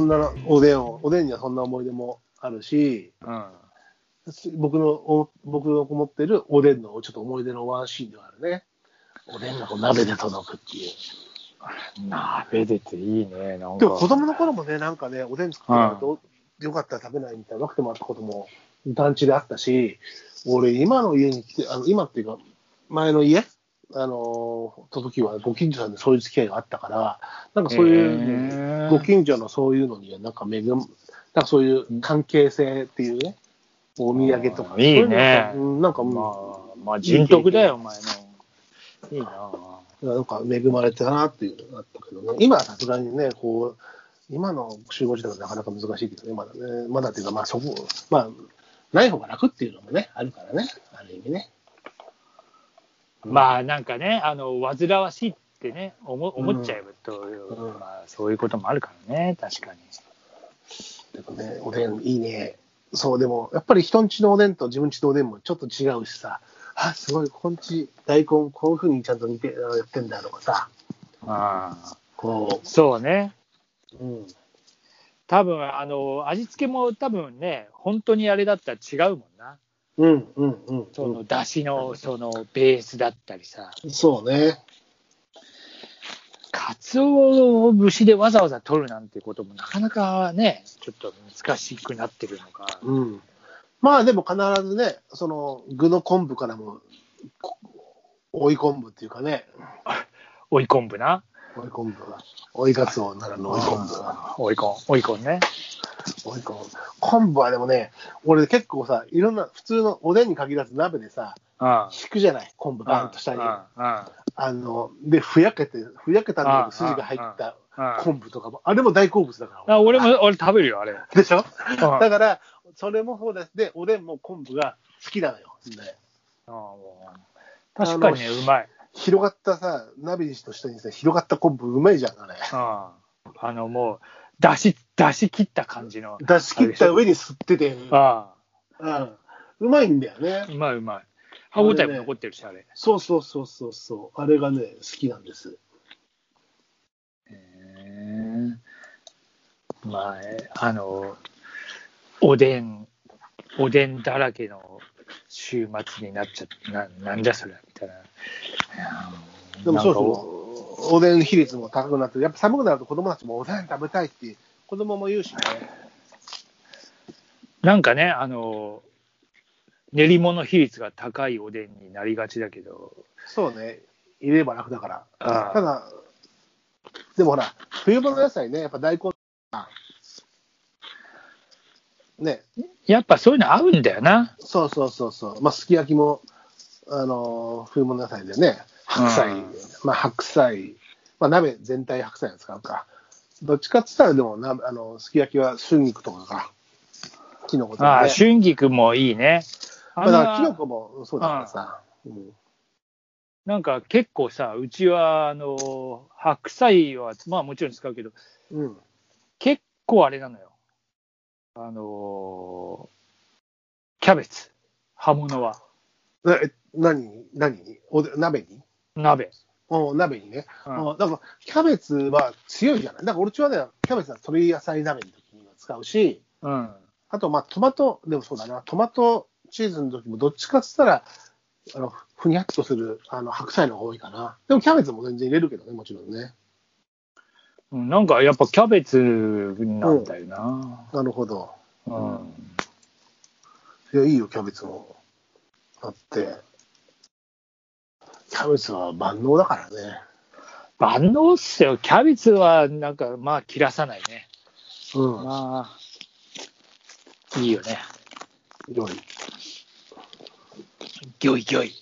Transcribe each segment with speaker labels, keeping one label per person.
Speaker 1: んなおでんを、おでんにはそんな思い出もあるし、
Speaker 2: うん。
Speaker 1: 僕の、お僕の思ってるおでんのちょっと思い出のワンシーンではあるね。おでんがこう鍋で届くっていう。
Speaker 2: 鍋でていいね、なんか。
Speaker 1: でも子供の頃もね、なんかね、おでん作ってないと、よかったら食べないみたいなわけでもあったことも、団地であったし、俺、今の家に来て、あの今っていうか、前の家、あのー、時はご近所さんでそういう付き合いがあったから、なんかそういう、
Speaker 2: へー
Speaker 1: ご近所のそういうのには、なんか恵む、なんかそういう関係性っていうね、お土産とか、
Speaker 2: あーいいね
Speaker 1: そういうのがうんなんか、うん
Speaker 2: まあ、まあ人徳だよ、お前の。いいな。
Speaker 1: なんか恵まれてたなっていうのがあったけどね、今はさすがにね、こう、今の集合時代はなかなか難しいけどね、まだね、まだっていうか、まあそこ、まあ、ない方が楽っていうのもね、あるからね、ある意味ね。
Speaker 2: まあなんかね、あの、煩わしいってね、思思っちゃえばという、
Speaker 1: うん
Speaker 2: まあそういうこともあるからね、確かに。
Speaker 1: でもね、おでんいいね。そう、でも、やっぱり人んちのおでんと自分ちのおでんもちょっと違うしさ、あ、すごい、こんち、大根、こういうふうにちゃんと煮て、あやってんだとかさ、
Speaker 2: ああ
Speaker 1: こ
Speaker 2: そうね。
Speaker 1: う、うん、
Speaker 2: 多分、あの、味付けも多分ね、本当にあれだったら違うもんな。
Speaker 1: うん、うん、うん、
Speaker 2: その、だしの、その、ベースだったりさ。
Speaker 1: そうね。
Speaker 2: カツオを節でわざわざ取るなんてこともなかなかね、ちょっと難しくなってるのか。
Speaker 1: うん。まあでも必ずね、その具の昆布からも、こ追い昆布っていうかね、
Speaker 2: 追い昆布な。
Speaker 1: 追い昆布が、追いガツオならぬ追い昆布が、
Speaker 2: 追い昆追い昆ね。
Speaker 1: 追い昆布。昆布はでもね、俺結構さ、いろんな普通のおでんに限らず鍋でさ、
Speaker 2: うん。
Speaker 1: 敷くじゃない、昆布バンと下に。
Speaker 2: うん
Speaker 1: あ
Speaker 2: う
Speaker 1: の、で、ふやけて、ふやけたんだけ
Speaker 2: う
Speaker 1: ど
Speaker 2: ん
Speaker 1: 筋が入った
Speaker 2: んうん
Speaker 1: 昆布とかも、あれも大好物だから。
Speaker 2: あ俺も、俺食べるよ、あれ。
Speaker 1: でしょ
Speaker 2: うん
Speaker 1: だから、それもそうです。で、おでんも昆布が好きなのよ。ね
Speaker 2: うんもう確かにね、うまい。
Speaker 1: 広がったさ、ナビと下にさ、広がった昆布うまいじゃん、あれ。
Speaker 2: うんあの、もう、出し、出し切った感じの。
Speaker 1: 出し切った上に吸ってて、うん
Speaker 2: あ
Speaker 1: うまいんだよね
Speaker 2: あ、う。まいうまい。歯応えも残ってるし、あれ。
Speaker 1: そうそうそうそうそう、あれがね、好きなんです。
Speaker 2: まあ、あの、おでん、おでんだらけの週末になっちゃって、ななんじゃそれみたいな。
Speaker 1: でもそう
Speaker 2: なんか
Speaker 1: そう、おでん比率も高くなって、やっぱ寒くなると子供たちもおでん食べたいって、子供も言うしね。
Speaker 2: なんかね、あの、練り物比率が高いおでんになりがちだけど、
Speaker 1: そうね、入れれば楽だから。
Speaker 2: ああ
Speaker 1: ただ、でもほら、冬場の野菜ね、やっぱ大根とか、ね、
Speaker 2: やっぱそういうの合うんだよな。
Speaker 1: そうそうそうそう。まあ、すき焼きも、あのー冬物野菜でね、白菜、
Speaker 2: うん
Speaker 1: まあ、白菜、まあ、鍋全体白菜を使うか。どっちかっつったら、でもな、あの、すき焼きは春菊とかか。キノコと
Speaker 2: あ
Speaker 1: か、
Speaker 2: あ、
Speaker 1: ね。
Speaker 2: 春菊もいいね。あ
Speaker 1: まあ、
Speaker 2: の
Speaker 1: だからキノコもそうだからさ。うん
Speaker 2: なんか結構さ、うちは、あの、白菜は、まあもちろん使うけど、
Speaker 1: うん。
Speaker 2: 結構あれなのよ。あのーキャベツ、葉物は、
Speaker 1: なえ何に何におで鍋に
Speaker 2: 鍋。
Speaker 1: お鍋にね。
Speaker 2: うん
Speaker 1: あだから、キャベツは強いじゃない。だから、俺ちはね、キャベツは鶏野菜鍋の時には使うし、
Speaker 2: うん。
Speaker 1: あと、まあ、トマト、でもそうだな、トマトチーズの時もどっちかっつったら、あの、ふにゃっとする、あの、白菜の方が多いかな。でも、キャベツも全然入れるけどね、もちろんね。
Speaker 2: うんなんかやっぱキャベツなんだよな。
Speaker 1: なるほど。
Speaker 2: うん。
Speaker 1: いや、いいよ、キャベツも。だって、キャベツは万能だからね。
Speaker 2: 万能っすよ。キャベツは、なんか、まあ、切らさないね。
Speaker 1: うん。
Speaker 2: まあ、いいよね。
Speaker 1: 良い。
Speaker 2: ギョイギョイ。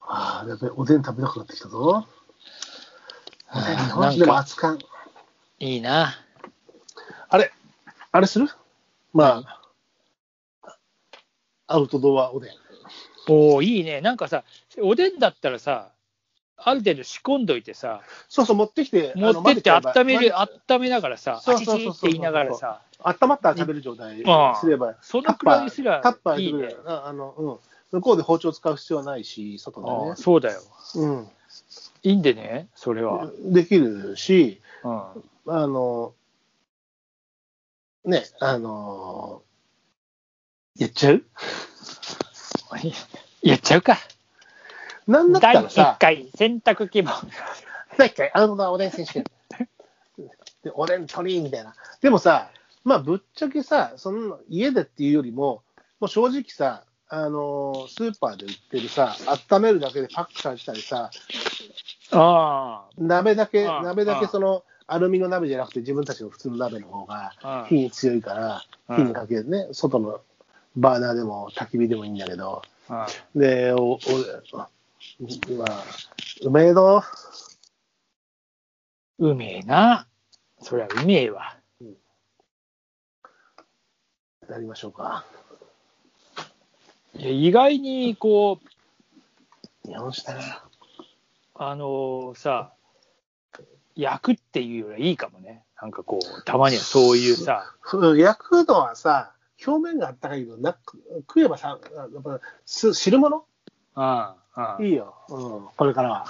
Speaker 1: ああ、やっぱりおでん食べたくなってきたぞ。
Speaker 2: なん
Speaker 1: は
Speaker 2: か
Speaker 1: いでも、熱燗。
Speaker 2: いいな。
Speaker 1: あれあれするまあ、アウトドアおでん。
Speaker 2: おおいいね。なんかさ、おでんだったらさ、ある程度仕込んどいてさ、
Speaker 1: そうそう、持ってきて、
Speaker 2: 持って
Speaker 1: あ
Speaker 2: って
Speaker 1: の混ぜちゃえば
Speaker 2: 温める、
Speaker 1: 混ぜ
Speaker 2: 温めながらさ、
Speaker 1: そ
Speaker 2: あ
Speaker 1: う
Speaker 2: ち
Speaker 1: そう
Speaker 2: ち
Speaker 1: そう
Speaker 2: っ
Speaker 1: そ
Speaker 2: て
Speaker 1: う
Speaker 2: 言いながらさ、
Speaker 1: 温まったら食べる状態
Speaker 2: うん
Speaker 1: すれば、
Speaker 2: そのくらいすりゃ
Speaker 1: タッパー
Speaker 2: いい
Speaker 1: タッパーやってくれ
Speaker 2: ね
Speaker 1: る。ああの、うん。向こうで包丁使う必要はないし、外
Speaker 2: あ
Speaker 1: で
Speaker 2: あそうだよ。
Speaker 1: ね。うん。
Speaker 2: いいんでね、それは。
Speaker 1: できるし、
Speaker 2: うん。
Speaker 1: あの、ね、あの、やっちゃう
Speaker 2: やっちゃうか。
Speaker 1: なんだった
Speaker 2: 第
Speaker 1: ら
Speaker 2: 1
Speaker 1: さ、
Speaker 2: 回選択希望。
Speaker 1: 第1回、アウトドアおでん選手権。で、おでん取りみたいな。でもさ、まあ、ぶっちゃけさ、その家でっていうよりも、もう正直さ、あのースーパーで売ってるさ、温めるだけでパックされてたりさ、
Speaker 2: あ
Speaker 1: 鍋だけ、
Speaker 2: ああ
Speaker 1: 鍋だ
Speaker 2: あ
Speaker 1: け
Speaker 2: あ
Speaker 1: その、アルミの鍋じゃなくて自分たちの普通の鍋の方が
Speaker 2: ああ
Speaker 1: 火に強いから、
Speaker 2: あ
Speaker 1: 火にかけるね、外のバーナーでも焚き火でもいいんだけど、
Speaker 2: あ。
Speaker 1: で、お、お、あまあ、うめえの、
Speaker 2: うめえな。そりゃうめえわ。
Speaker 1: やりましょうか。
Speaker 2: いや意外に、こう、
Speaker 1: 日本酒だな。
Speaker 2: あのさ、焼くっていうよりはいいかもね。なんかこう、たまにはそういうさ、
Speaker 1: うん焼くのはさ、表面があったかいけど、な食えばさ、やっぱす汁物
Speaker 2: ああ
Speaker 1: いいよ、うん、これからは、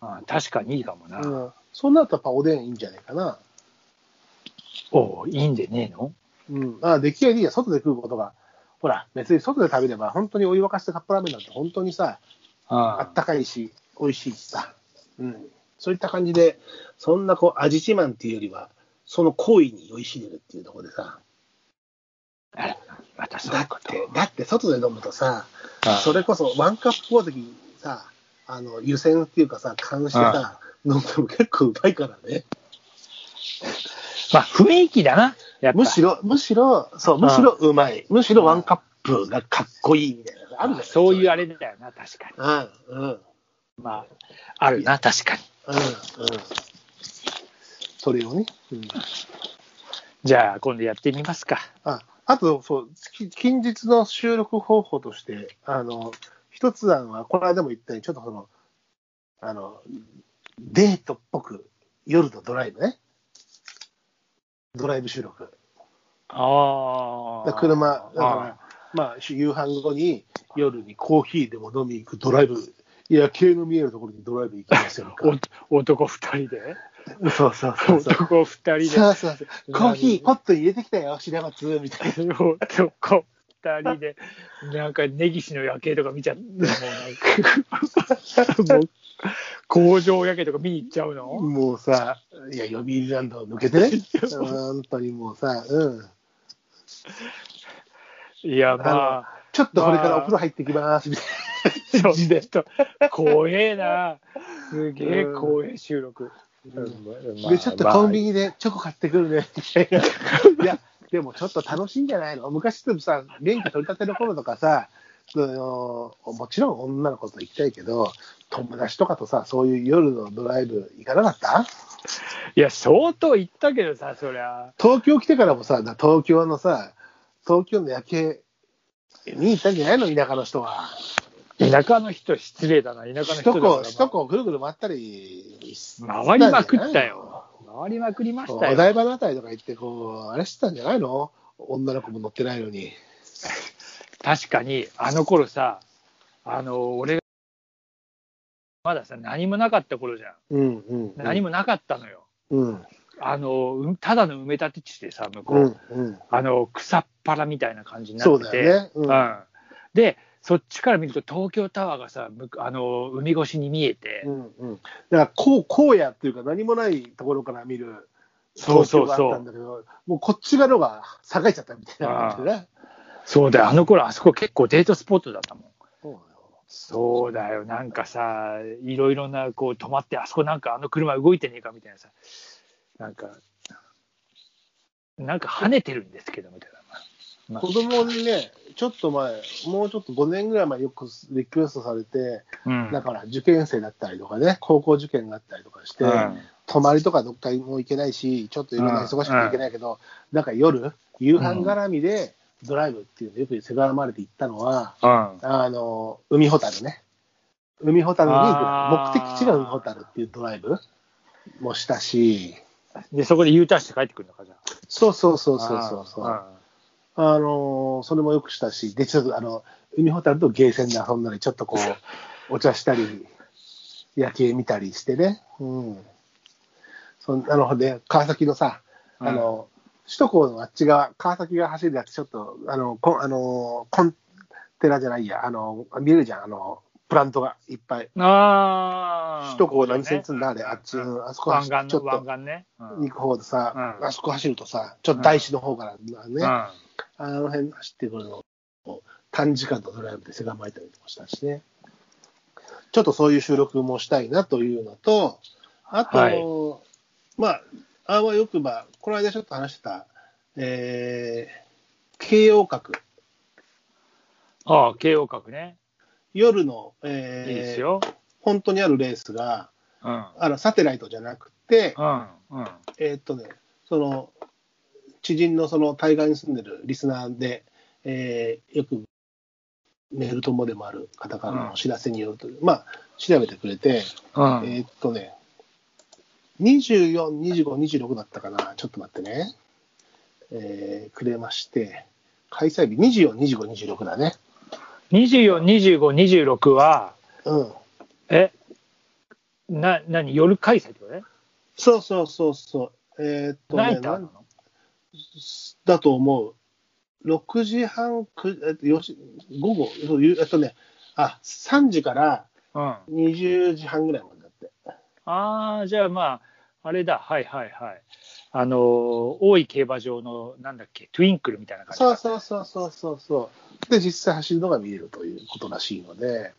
Speaker 2: ああ確かにいいかもな。
Speaker 1: うん。そうなるとやっぱおでんいいんじゃないかな。
Speaker 2: おういいんでねえの
Speaker 1: うん、あ出来合いでいいや、外で食うことが、ほら、別に外で食べれば、本当にお湯沸かしてカップラーメンなんて、本当にさ、
Speaker 2: あ
Speaker 1: あったかいし、美味しいしさ、うん、そういった感じで、そんなこう味自慢っていうよりは、その行為に酔いしれるっていうところでさ、
Speaker 2: あら、またそうい
Speaker 1: だ
Speaker 2: うこ
Speaker 1: っ
Speaker 2: と
Speaker 1: て、だって外で飲むとさ、
Speaker 2: ああ
Speaker 1: それこそワンカップ大関さ、あの湯煎っていうかさ、缶してさ、飲んでも結構うまいからね。
Speaker 2: まあ、雰囲気だな。やっぱ
Speaker 1: むしろ、むしろ、そう、むしろうまい。むしろワンカップがかっこいいみたいなのあるじゃない
Speaker 2: そういう
Speaker 1: う。
Speaker 2: あれだよな、確かに。
Speaker 1: うん、うん、うん、うん。
Speaker 2: まあ、あるな、確かに。
Speaker 1: それをね。うん、
Speaker 2: じゃあ、今度やってみますか。
Speaker 1: ああと、そう、き近日の収録方法として、あの、一つ案は、この間も言ったように、ちょっとその、あの、デートっぽく、夜のドライブね。ドライブ収録。
Speaker 2: あ
Speaker 1: だから車、だから、まあ、夕飯後に夜にコーヒーでも飲み行くドライブ、夜景の見えるところにドライブ行きませ んか。
Speaker 2: 男二人で
Speaker 1: そうそう そうそう。
Speaker 2: 男二人
Speaker 1: そうそうそうコーヒー、ポットに入れてきたよ、白松、みたいな。
Speaker 2: で、男二人で、なんか根岸の夜景とか見ちゃって、もうなん か、もう工場夜景とか見に行っちゃうの
Speaker 1: もうさ、いや、呼び入りランドを抜けてね。本当にもうさ、うん。
Speaker 2: いや、まあ、
Speaker 1: ちょっとこれからお風呂入ってきます、みたい
Speaker 2: ちょっと、怖えな。すげえ怖え収録。
Speaker 1: な。で、ちょっとコンビニでチョコ買ってくる ね、みたいな。いや、でもちょっと楽しいんじゃないの昔でもさ、免許取り立ての頃とかさ、あのもちろん女の子と行きたいけど、友達とかとさ、そういう夜のドライブ行かなかった
Speaker 2: いや、相当行ったけどさ、そりゃ。
Speaker 1: 東京来てからもさ、だ東京のさ、東京の夜景見に行ったんじゃないの田舎の人は。
Speaker 2: 田舎の人失礼だな、田舎
Speaker 1: 首
Speaker 2: の
Speaker 1: 都
Speaker 2: 人だから
Speaker 1: 高、首都高ぐるぐる回ったり、
Speaker 2: 回りまくったよ。回りまくりま
Speaker 1: お
Speaker 2: したよ。
Speaker 1: 台場のあたりとか行って、こう、あれしてたんじゃないの女の子も乗ってないのに。
Speaker 2: 確かに、あの頃さ、あの、俺が、まださ、何もなかった頃じゃん。
Speaker 1: うんうん。
Speaker 2: 何
Speaker 1: も。
Speaker 2: もなかったのよ。
Speaker 1: うん。
Speaker 2: あの、うんただの埋め立て地でさ、向こう。
Speaker 1: うんうん。
Speaker 2: あの、草っ腹みたいな感じにな
Speaker 1: そう
Speaker 2: って
Speaker 1: だ
Speaker 2: て。
Speaker 1: よね。う。
Speaker 2: うんん。で、そっちから見ると東京タワーがさ、むあの、海越しに見えて。
Speaker 1: うんうん。だから、こう、荒野っていうか、何もないところから見る。
Speaker 2: そうそうそう
Speaker 1: 東京があったんだけど、もうこっち側のが栄えちゃったみたいな感じでね。
Speaker 2: そうだよ、あの頃あそこ結構デートスポットだったもん。
Speaker 1: そうよ
Speaker 2: そうだよ、なんかさ、いろいろな、こう、止まって、あそこなんか、あの車動いてねえかみたいなさ、なんか、なんか跳ねてるんですけど、みたいな。ま
Speaker 1: 子供にね、ちょっと前、もうちょっと5年ぐらい前よくリクエストされて、
Speaker 2: うん
Speaker 1: だから受験生だったりとかね、高校受験があったりとかして、
Speaker 2: うん
Speaker 1: 泊まりとかどっかにも行けないし、ちょっといろいろ忙しくて行けないけど、なんか夜、夕飯絡みでドライブっていうのよくせがまれて行ったのは、
Speaker 2: うん
Speaker 1: あの、海ほたるね。海ほたるに行く
Speaker 2: あー
Speaker 1: 目的地が海ほたるっていうドライブもしたし、
Speaker 2: で、そこで U ターンして帰ってくるのか、じゃあ。
Speaker 1: そうそうそうそうそうそう。あ
Speaker 2: あ
Speaker 1: の、それもよくしたし、 で、ちょっとあの、海ほたるとゲーセンで遊んだり、ちょっとこう、お茶したり、夜景見たりしてね。うん。そんあの、で、川崎のさ、あの、首都高のあっち側、川崎が走るやつ、ちょっと、あの、こんあの、コンテナじゃないや、あの、見えるじゃん、あの、プラントがいっぱい。
Speaker 2: ああ。
Speaker 1: 首都高何線積んだ、あれ、あっち、うんあそこ
Speaker 2: 湾
Speaker 1: 走
Speaker 2: 岸
Speaker 1: るちょっ
Speaker 2: の
Speaker 1: と
Speaker 2: 湾、岸ね。うん
Speaker 1: 行く方でさ、
Speaker 2: うん
Speaker 1: あそこ走るとさ、ちょっと大師の方からね、
Speaker 2: うん
Speaker 1: あの辺走ってくるのを短時間のドライブでせがまいたりもしたしね。ちょっとそういう収録もしたいなというのと、あと、
Speaker 2: はい
Speaker 1: まあ、あわよくば、この間ちょっと話してた、えー、慶応閣、
Speaker 2: ああ、慶応閣ね。
Speaker 1: 夜の、
Speaker 2: い
Speaker 1: え
Speaker 2: い
Speaker 1: ー
Speaker 2: ですよ。
Speaker 1: 本当にあるレースが、
Speaker 2: うん。
Speaker 1: あの、サテライトじゃなくて、
Speaker 2: うん。うん。
Speaker 1: えーっとね、その、知人のその対岸に住んでるリスナーで、えーよくメール友でもある方からのお知らせによると、まあ、調べてくれて、
Speaker 2: うん。
Speaker 1: えーっとね、24、25、26だったかな、ちょっと待ってね、えーくれまして、開催日24、25、26だね。
Speaker 2: 24、25、26は、
Speaker 1: うん。
Speaker 2: え、な、何、夜開催ってことね
Speaker 1: そうそうそうそう。えーっと
Speaker 2: ナ
Speaker 1: ね
Speaker 2: イターなの
Speaker 1: だと思う。6時半、くえっとよし午後、そういうえっとね、あ、3時から
Speaker 2: うん。あ
Speaker 1: 20時半ぐらいまでだって。
Speaker 2: あー、じゃあまあ、あれだ、はいはいはい。あのー、大井競馬場の、なんだっけ、トゥインクルみたいな感じ
Speaker 1: そう
Speaker 2: だ。
Speaker 1: そうそうそうそうそう。で、実際走るのが見えるということらしいので、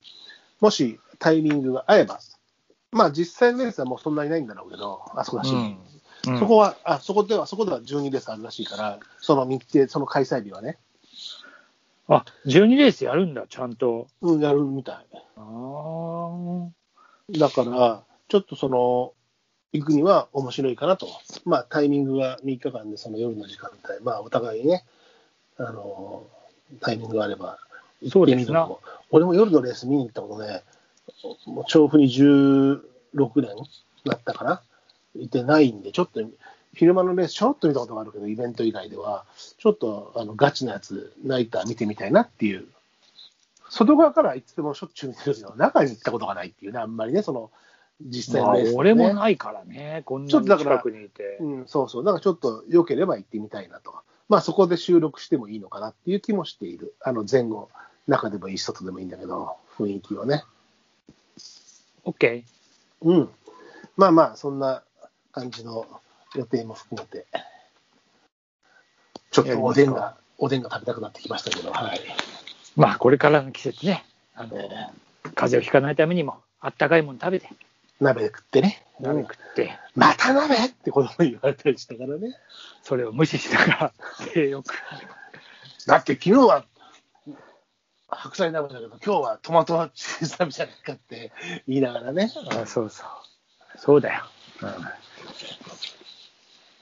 Speaker 1: もしタイミングが合えば、まあ実際のレースはもうそんなにないんだろうけど、あそこだし、
Speaker 2: うんうん
Speaker 1: そこは、あそこでは、そこでは12レースあるらしいから、その日程、その開催日はね、
Speaker 2: あ、12レースやるんだ、ちゃんと。
Speaker 1: うん、やるみたい。
Speaker 2: ああ。
Speaker 1: だから、ちょっとその、行くには面白いかなと。まあ、タイミングが3日間で、その夜の時間帯、まあ、お互いね、あの、タイミングがあれば、行ってみるのも。俺も夜のレース見に行ったことね、もう調布に16年だったかな、いてないんで、ちょっと、昼間のレースちょっと見たことがあるけど、イベント以外では、ちょっとあのガチなやつ、ナイター見てみたいなっていう外側からいつでもしょっちゅう見てるけど、中に行ったことがないっていうね、あんまりね、その、実際
Speaker 2: ま
Speaker 1: の
Speaker 2: あ
Speaker 1: レース、ね。
Speaker 2: 俺もないからね、こんなに
Speaker 1: ちょっとだから
Speaker 2: 近くにいて。
Speaker 1: うん、そうそう。だからちょっと良ければ行ってみたいなと。まあそこで収録してもいいのかなっていう気もしている。あの前後、中でもいいし、外でもいいんだけど、雰囲気をね。
Speaker 2: オッケ
Speaker 1: うん。まあまあ、そんな感じの予定も含めて。ちょっとおでん
Speaker 2: やりま
Speaker 1: が、おでんが食べたくなってきましたけど、はい。
Speaker 2: ー。まあ、これからの季節ね、あの
Speaker 1: えー
Speaker 2: 風邪をひかないためにも、あったかいもの食べて、
Speaker 1: 鍋で食ってね。
Speaker 2: 鍋食って、
Speaker 1: また鍋って子供に言われたりしたからね。
Speaker 2: それを無視しながら、 性欲。
Speaker 1: だって昨日は白菜鍋だけど、今日はトマトチーズ鍋じゃないかって言いながらね。
Speaker 2: あそうそう。そうだよ。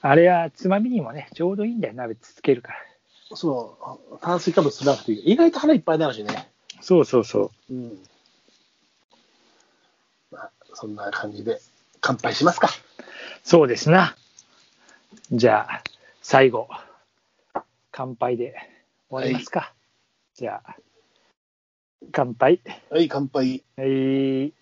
Speaker 2: あれはつまみにもね、ちょうどいいんだよ、鍋つつけるから。
Speaker 1: そう、炭水化物少なくていい。意外と腹いっぱいになるしね。
Speaker 2: そうそうそう。
Speaker 1: うん。まあ、そんな感じで乾杯しますか。
Speaker 2: そうですな。じゃあ、最後、乾杯で終わりますか。じゃあ、乾杯。
Speaker 1: はい、乾杯。
Speaker 2: はい。